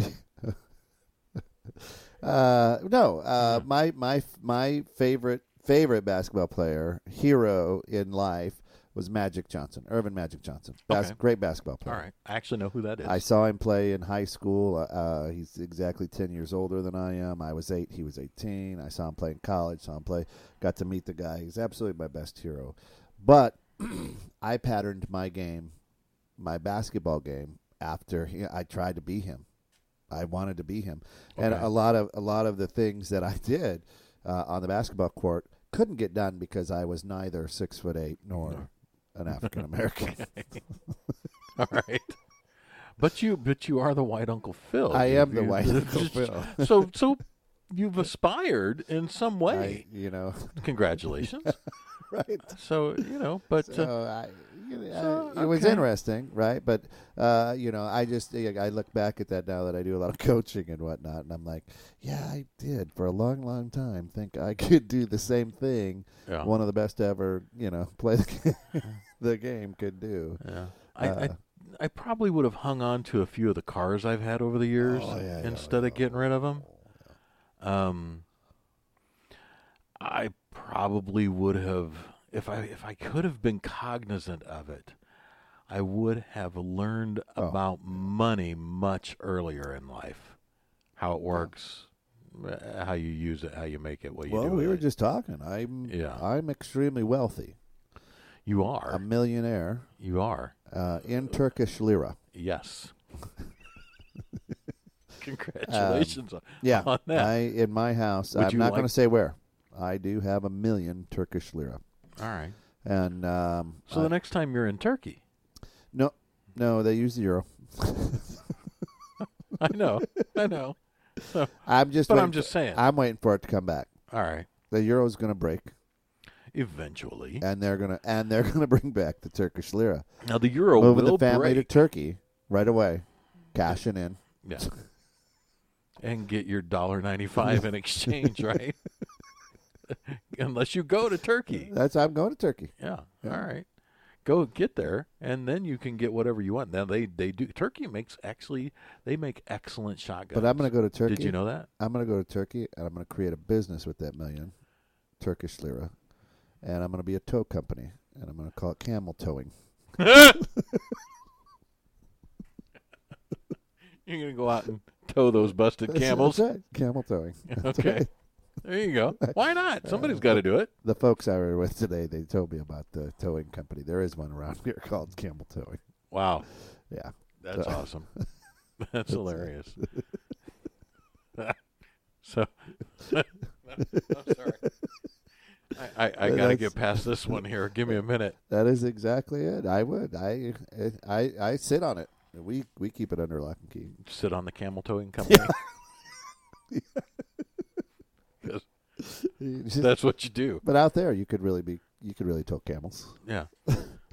S2: Uh, no, uh,
S1: Yeah.
S2: my my my favorite favorite basketball player hero in life was Magic Johnson, Irvin Magic Johnson. Bas-
S1: Okay.
S2: Great basketball
S1: All
S2: player.
S1: right, I actually know who that is.
S2: I saw him play in high school. Uh, Uh, he's exactly 10 years older than I am. I was 8, he was 18. I saw him play in college, saw him play, got to meet the guy. He's absolutely my best hero. But I patterned my game, my basketball game after he, I tried to be him. I wanted to be him. And
S1: Okay.
S2: a lot of a lot of the things that I did uh, on the basketball court couldn't get done because I was neither 6 foot 8 nor an African American.
S1: All right. But you, but you are the white Uncle Phil.
S2: I
S1: You-
S2: am the
S1: you-
S2: white Uncle Phil.
S1: So, so you've aspired in some way.
S2: I- you know,
S1: Congratulations.
S2: right?
S1: so you know, but
S2: So
S1: uh,
S2: I, you know,
S1: so,
S2: I- it was
S1: okay.
S2: interesting, right? But uh, you know, I just yeah, I look back at that now that I do a lot of coaching and whatnot, and I'm like, yeah, I did for a long, long time think I could do the same thing.
S1: yeah.
S2: One of the best ever, you know, play the, the game could do.
S1: yeah. I,
S2: uh,
S1: I, I probably would have hung on to a few of the cars I've had over the years
S2: Oh, yeah, yeah,
S1: instead of
S2: yeah. Oh,
S1: getting rid of them. Um, I probably would have if I if I could have been cognizant of it. I would have learned
S2: Oh.
S1: about money much earlier in life, how it works, uh, how you use it, how you make it, what you
S2: Well,
S1: do.
S2: we
S1: with
S2: were
S1: it.
S2: just talking. I'm
S1: Yeah.
S2: I'm extremely wealthy,
S1: you are
S2: a millionaire
S1: you are
S2: uh, in Turkish lira.
S1: yes. Congratulations on-
S2: Um, Yeah,
S1: on that.
S2: I in my house.
S1: Would
S2: I'm
S1: you
S2: not
S1: like-
S2: going to say where. I do have a million Turkish lira,
S1: All right.
S2: and um,
S1: So
S2: I-
S1: the next time you're in Turkey,
S2: no, no, they use the euro.
S1: I know, I know,
S2: I'm just.
S1: but
S2: waiting
S1: I'm just saying.
S2: For, I'm waiting for it to come back.
S1: All right.
S2: The euro's going to break,
S1: Eventually.
S2: and they're going to and they're going to bring back the Turkish lira.
S1: Now the euro
S2: Moving
S1: will
S2: the family
S1: break.
S2: to Turkey right away, cashing in.
S1: yeah. And get your dollar ninety five in exchange, right? Unless you go to Turkey.
S2: That's I'm going to Turkey.
S1: Yeah.
S2: Yeah.
S1: All right. Go get there, and then you can get whatever you want. Now they they do. Turkey makes actually they make excellent shotguns.
S2: But I'm going to go to Turkey.
S1: Did you know that?
S2: I'm going to go to Turkey and I'm going to create a business with that million Turkish lira, and I'm going to be a tow company, and I'm going to call it Camel Towing.
S1: You're going to go out and tow those busted
S2: That's-
S1: camels.
S2: that's right. Camel towing.
S1: Okay. There you go. Why not? Somebody's got to do it.
S2: The folks I were with today, they told me about the towing company. There is one around here called Camel Towing.
S1: Wow.
S2: Yeah.
S1: That's awesome. That's hilarious. So, I'm sorry. I, I, I got to
S2: That's-
S1: get past this one here. Give me a minute.
S2: That is exactly it. I would. I I I sit on it. We we keep it under lock and key.
S1: Sit on the camel towing company. 'Cause That's what you do.
S2: but out there, you could really be. You could really tow camels.
S1: Yeah,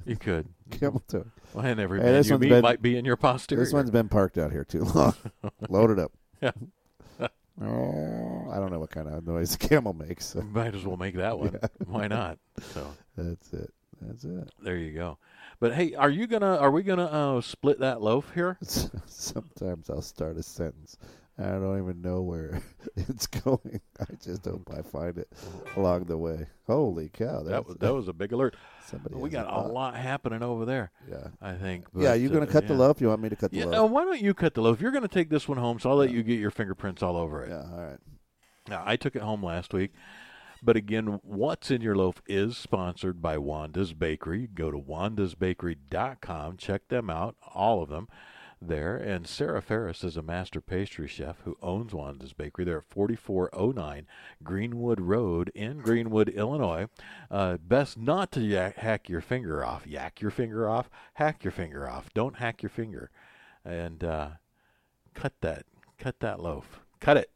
S1: you could.
S2: Camel tow.
S1: Well, and every
S2: Hey,
S1: man
S2: this
S1: you
S2: one's
S1: meet
S2: been-
S1: might be in your posterior.
S2: This one's been parked out here too long. Loaded up.
S1: Yeah.
S2: Oh, I don't know what kind of noise a camel makes. so
S1: might as well make that one. Why not? So
S2: that's it. That's it.
S1: there you go. But hey, are you gonna? Are we gonna uh, split that loaf here?
S2: Sometimes I'll start a sentence. and I don't even know where it's going. I just hope I find it along the way. Holy cow!
S1: That
S2: that's-
S1: was that was a big alert.
S2: somebody.
S1: We
S2: has
S1: got a
S2: thought.
S1: lot happening over there.
S2: Yeah.
S1: I think.
S2: yeah,
S1: but,
S2: you going
S1: uh,
S2: to cut the
S1: yeah.
S2: loaf? You want me to cut the
S1: Yeah,
S2: loaf?
S1: uh, why don't you cut the loaf? You're going to take this one home, so I'll let you get your fingerprints all over it.
S2: Yeah, all right.
S1: Now, I took it home last week. But again, What's in Your Loaf is sponsored by Wanda's Bakery. You can go to wandasbakery.com, check them out, all of them there. And Sarah Ferris is a master pastry chef who owns Wanda's Bakery. They're at 4409 Greenwood Road in Greenwood, Illinois. Uh, best not to yak, hack your finger off. Yak your finger off, hack your finger off. Don't hack your finger. And uh, cut that, cut that loaf. Cut it.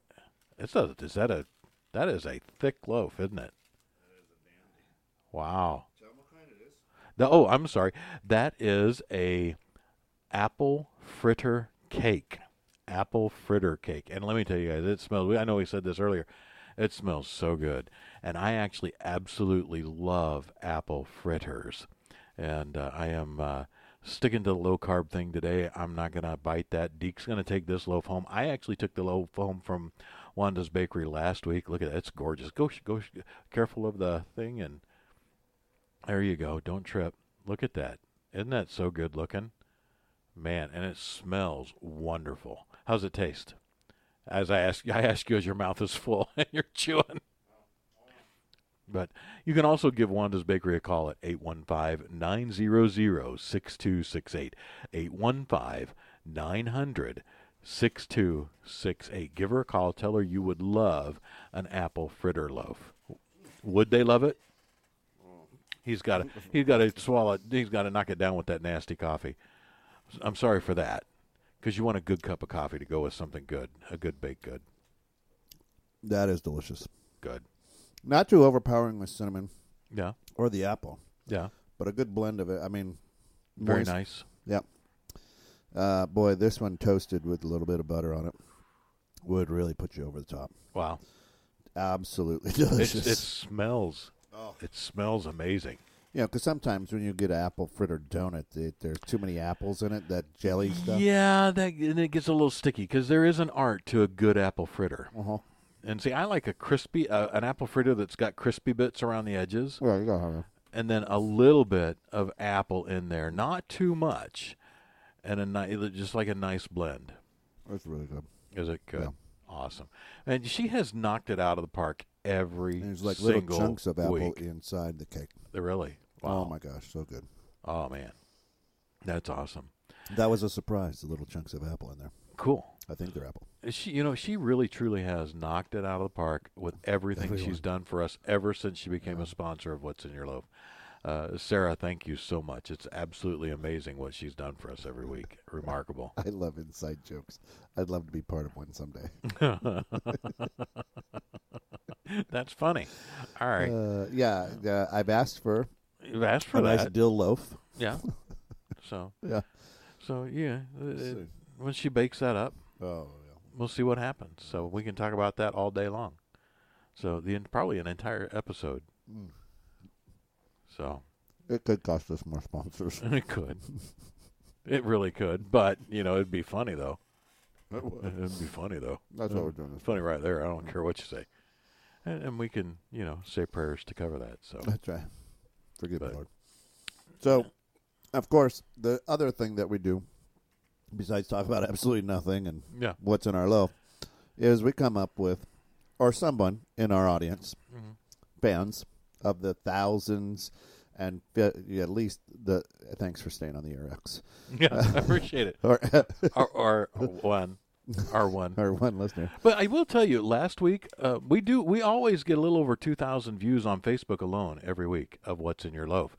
S1: It's a, is that a that is a thick loaf, isn't it? Wow. The, oh, I'm sorry. That is a apple fritter cake. Apple fritter cake. And let me tell you guys, it smells I know we said this earlier. It smells so good. And I actually absolutely love apple fritters. And uh, I am uh, sticking to the low carb thing today. I'm not going to bite that. Deke's going to take this loaf home. I actually took the loaf home from Wanda's Bakery last week. Look at that. It's gorgeous. Go, sh- go, sh- careful of the thing and there you go. Don't trip. Look at that. Isn't that so good looking? Man, and it smells wonderful. How's it taste? As I ask, I ask you as your mouth is full and you're chewing. But you can also give Wanda's Bakery a call at 815 900 6268. 815 900 6268. Give her a call. Tell her you would love an apple fritter loaf. Would they love it? He's got to he's got to swallow. it. He's got to knock it down with that nasty coffee. I'm sorry for that, because you want a good cup of coffee to go with something good, a good baked good,
S2: That is delicious.
S1: good.
S2: Not too overpowering with cinnamon
S1: Yeah,
S2: or the apple,
S1: yeah,
S2: but a good blend of it. I mean,
S1: very
S2: moist-
S1: nice.
S2: Yeah. Uh, boy, this one toasted with a little bit of butter on it would really put you over the top.
S1: Wow,
S2: Absolutely
S1: it's,
S2: delicious.
S1: it smells. It smells amazing.
S2: you know, because sometimes when you get an apple frittered donut, they, there's too many apples in it. That jelly stuff.
S1: Yeah, that and it gets a little sticky because there is an art to a good apple fritter.
S2: Uh-huh.
S1: And see, I like a crispy, uh, an apple fritter that's got crispy bits around the edges.
S2: Well, you gotta have it.
S1: and then a little bit of apple in there, not too much, and a ni- just like a nice blend.
S2: That's really good.
S1: Is it good?
S2: Yeah.
S1: Awesome. And she has knocked it out of the park every
S2: And there's like little
S1: single
S2: chunks of apple
S1: week.
S2: inside the cake.
S1: Really?
S2: Oh
S1: Wow.
S2: my gosh, so good.
S1: Oh man, that's awesome.
S2: That was a surprise. The little chunks of apple in there.
S1: Cool.
S2: I think they're apple.
S1: She, you know, she really truly has knocked it out of the park with everything she's done for us ever since she became a sponsor of What's in Your Loaf. Uh, Sarah, thank you so much. It's absolutely amazing what she's done for us every week. Remarkable.
S2: I love inside jokes. I'd love to be part of one someday.
S1: That's funny. All right.
S2: Uh, yeah, yeah, I've asked for
S1: You've asked for
S2: a nice
S1: that.
S2: dill loaf.
S1: Yeah. So,
S2: Yeah.
S1: so yeah. uh, uh,
S2: see.
S1: when she bakes that up,
S2: Oh,
S1: we'll see what happens. So we can talk about that all day long. So the en- probably an entire episode. So
S2: yeah. Mm. It could cost us more sponsors.
S1: it could. It really could, but you know, it'd be funny though.
S2: It would.
S1: It'd be funny though.
S2: That's what we're doing. This.
S1: Funny right there. I don't care what you say, and, and we can you know say prayers to cover that. So
S2: That's right. Forgive me,
S1: But-
S2: Lord. So, of course, the other thing that we do, besides talk about absolutely nothing and
S1: yeah,
S2: what's in our loaf, is we come up with, or someone in our audience,
S1: Mm-hmm.
S2: fans of the thousands and fi- at least the. Thanks for staying on the air, X.
S1: yeah, I appreciate it.
S2: Or
S1: or, or one our one.
S2: Our one listener.
S1: But I will tell you, last week uh, we do we always get a little over two thousand views on Facebook alone every week of what's in your loaf.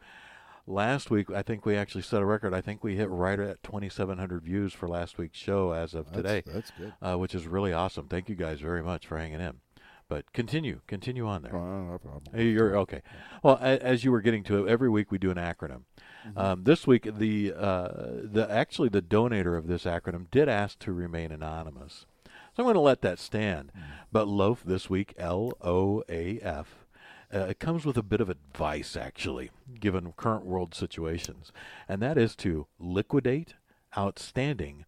S1: Last week, I think we actually set a record. I think we hit right at twenty seven hundred views for last week's show as of today,
S2: That's good.
S1: uh, which is really awesome. Thank you guys very much for hanging in. But continue, continue on there.
S2: Oh, no problem.
S1: Hey, Uh, You're okay. Well, a- as you were getting to, every week we do an acronym. Um, this week, the uh, the actually the donator of this acronym did ask to remain anonymous, so I'm going to let that stand. But loaf this week, L O A F. Uh, it comes with a bit of advice, actually, given current world situations, and that is to liquidate outstanding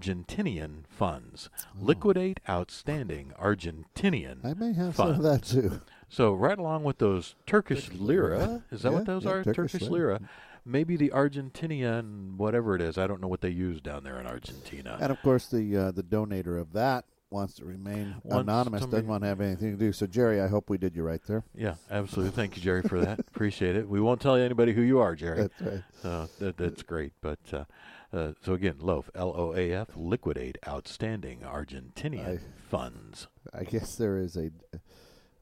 S1: Argentinian funds. Liquidate outstanding Argentinian.
S2: I may have some
S1: Fun.
S2: of that too.
S1: So right along with those Turkish, lira, is that
S2: Yeah,
S1: what those
S2: yeah,
S1: are?
S2: Turkish
S1: Turkish,
S2: lira.
S1: lira. Maybe the Argentinian, whatever it is. I don't know what they use down there in Argentina.
S2: And of course, the uh, the donator of that wants to remain
S1: Wants
S2: anonymous.
S1: to
S2: Doesn't
S1: remain-
S2: want to have anything to do. So, Jerry, I hope we did you right there.
S1: Yeah, absolutely. Thank you, Jerry, for that. Appreciate it. We won't tell anybody who you are, Jerry.
S2: That's right.
S1: So that, that's great. But uh, uh, so again, loaf, L O A F, liquidate outstanding Argentinian
S2: I-
S1: funds.
S2: I guess there is a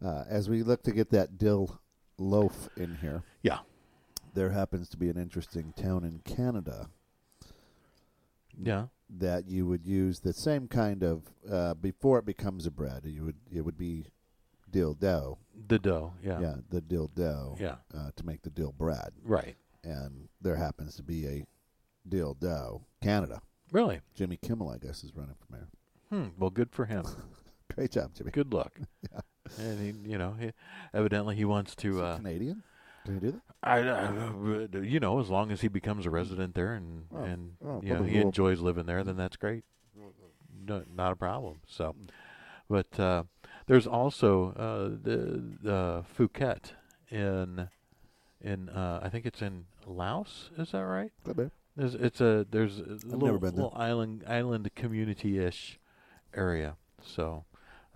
S2: uh, as we look to get that dill loaf in here.
S1: Yeah.
S2: There happens to be an interesting town in Canada
S1: Yeah.
S2: that you would use the same kind of uh, before it becomes a bread. You would it would be dill dough,
S1: The dough.
S2: yeah,
S1: Yeah.
S2: the dill dough,
S1: Yeah.
S2: uh, to make the dill bread.
S1: Right.
S2: And there happens to be a dill dough, Canada.
S1: Really?
S2: Jimmy Kimmel, I guess, is running for mayor.
S1: Hmm. Well, good for him.
S2: Great job, Jimmy.
S1: Good luck. And he, you know, he, evidently he wants
S2: Is
S1: to.
S2: he
S1: Uh,
S2: Canadian? Can he do that?
S1: I, I- you know, as long as he becomes a resident there and
S2: Oh,
S1: and
S2: oh,
S1: you know,
S2: probably
S1: he
S2: will.
S1: enjoys living there, then that's great. No, not a problem. So, but uh, there's also uh, the the Phuket in in uh, I think it's in Laos. Is that right?
S2: Good man.
S1: There's it's a there's a little,
S2: never been there.
S1: little island island community ish area. So,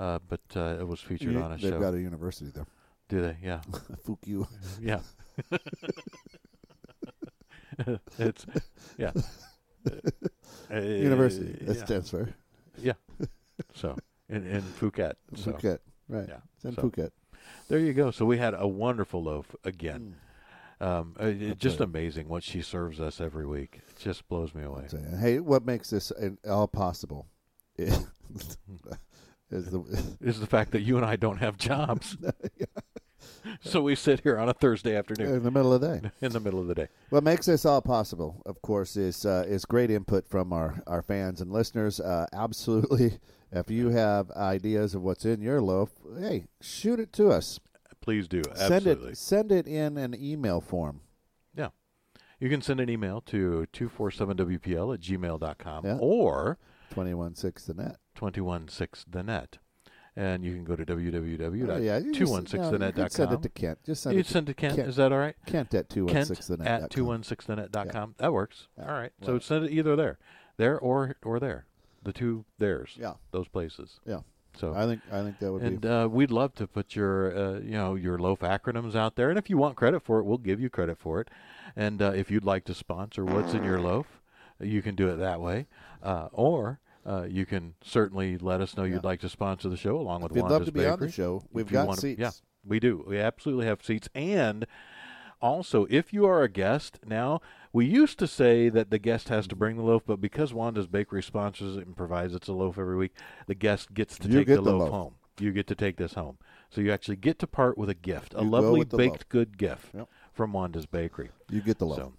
S1: uh, but uh, it was featured on a
S2: They've
S1: show.
S2: got a university there.
S1: Do they? Yeah.
S2: Fuck you.
S1: Yeah. it's yeah. Uh,
S2: University.
S1: uh,
S2: That
S1: yeah.
S2: stands for
S1: So in, in Phuket. So
S2: Phuket. Right.
S1: yeah.
S2: It's in
S1: So,
S2: Phuket.
S1: there you go. So we had a wonderful loaf again.
S2: Mm.
S1: Um, uh, it-
S2: That's
S1: just
S2: right.
S1: amazing what she serves us every week. It just blows me away.
S2: So, yeah. Hey, what makes this uh, all possible is
S1: Mm-hmm.
S2: is the
S1: Is the fact that you and I don't have jobs. So we sit here on a Thursday afternoon
S2: in the middle of the day.
S1: in the middle of the day.
S2: What makes this all possible, of course, is uh, is great input from our, our fans and listeners. Uh, absolutely, if you have ideas of what's in your loaf, hey, shoot it to us.
S1: Please do. Absolutely.
S2: Send it send it in an email form.
S1: You can send an email to 247WPL at gmail.com
S2: Yeah.
S1: or
S2: Twenty one six the net.
S1: 216 the net and you can go to
S2: Oh, yeah, you just- no, you
S1: www.216thenet.com
S2: could send it to Kent. Just send
S1: you
S2: it to
S1: send to kent,
S2: Kent.
S1: is that all right
S2: Kent at two one
S1: kent
S2: six the net.
S1: at 216thenet.com that works
S2: Yeah,
S1: all right so
S2: right.
S1: send it either there there or or there the two theirs
S2: Yeah,
S1: those places
S2: Yeah.
S1: so
S2: I think I think that would
S1: and
S2: be
S1: uh, we'd love to put your, uh, you know, your loaf acronyms out there. And if you want credit for it, we'll give you credit for it. And uh, if you'd like to sponsor what's in your loaf, you can do it that way, uh, or uh, you can certainly let us know
S2: Yeah.
S1: you'd like to sponsor the show along with
S2: If you'd love
S1: Wanda's
S2: to be on the
S1: Bakery.
S2: show, we've
S1: If you
S2: got
S1: wanna-
S2: seats.
S1: Yeah, we do. We absolutely have seats. And also, if you are a guest now, we used to say that the guest has to bring the loaf, but because Wanda's Bakery sponsors it and provides it's a loaf every week, the guest gets to
S2: You
S1: take
S2: get
S1: the
S2: the
S1: loaf,
S2: loaf.
S1: home. You get to take this home. So you actually get to part with a gift, a
S2: You go
S1: lovely
S2: with the
S1: baked
S2: loaf.
S1: good gift
S2: Yep.
S1: from Wanda's Bakery.
S2: You get the loaf.
S1: So,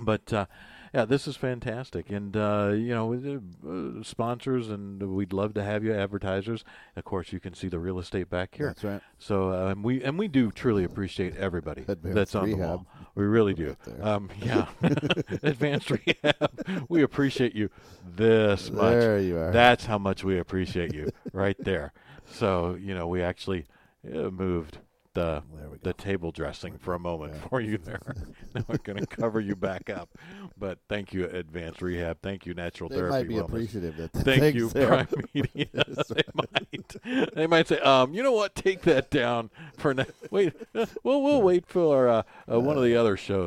S1: but uh, yeah, this is fantastic, and uh, you know, with, uh, sponsors, and we'd love to have you, advertisers. Of course, you can see the real estate back here.
S2: That's right.
S1: So uh, and we and we do truly appreciate everybody
S2: Advanced
S1: that's on the
S2: rehab.
S1: wall. We really do.
S2: Right there.
S1: Um, yeah, advanced rehab. We appreciate you this much.
S2: There you are.
S1: That's how much we appreciate you, right there. So you know, we actually uh, moved the
S2: There we go.
S1: the table dressing for a moment for you there. now we're going to cover you back up. But thank you, Advanced Rehab. Thank you, Natural
S2: They
S1: Therapy.
S2: might be
S1: Wellness.
S2: appreciative that.
S1: Thank
S2: thanks
S1: you,
S2: there.
S1: Prime Media. they might. They might say, um, you know what? Take that down for now. Wait, we'll we'll wait for uh, uh, one of the other shows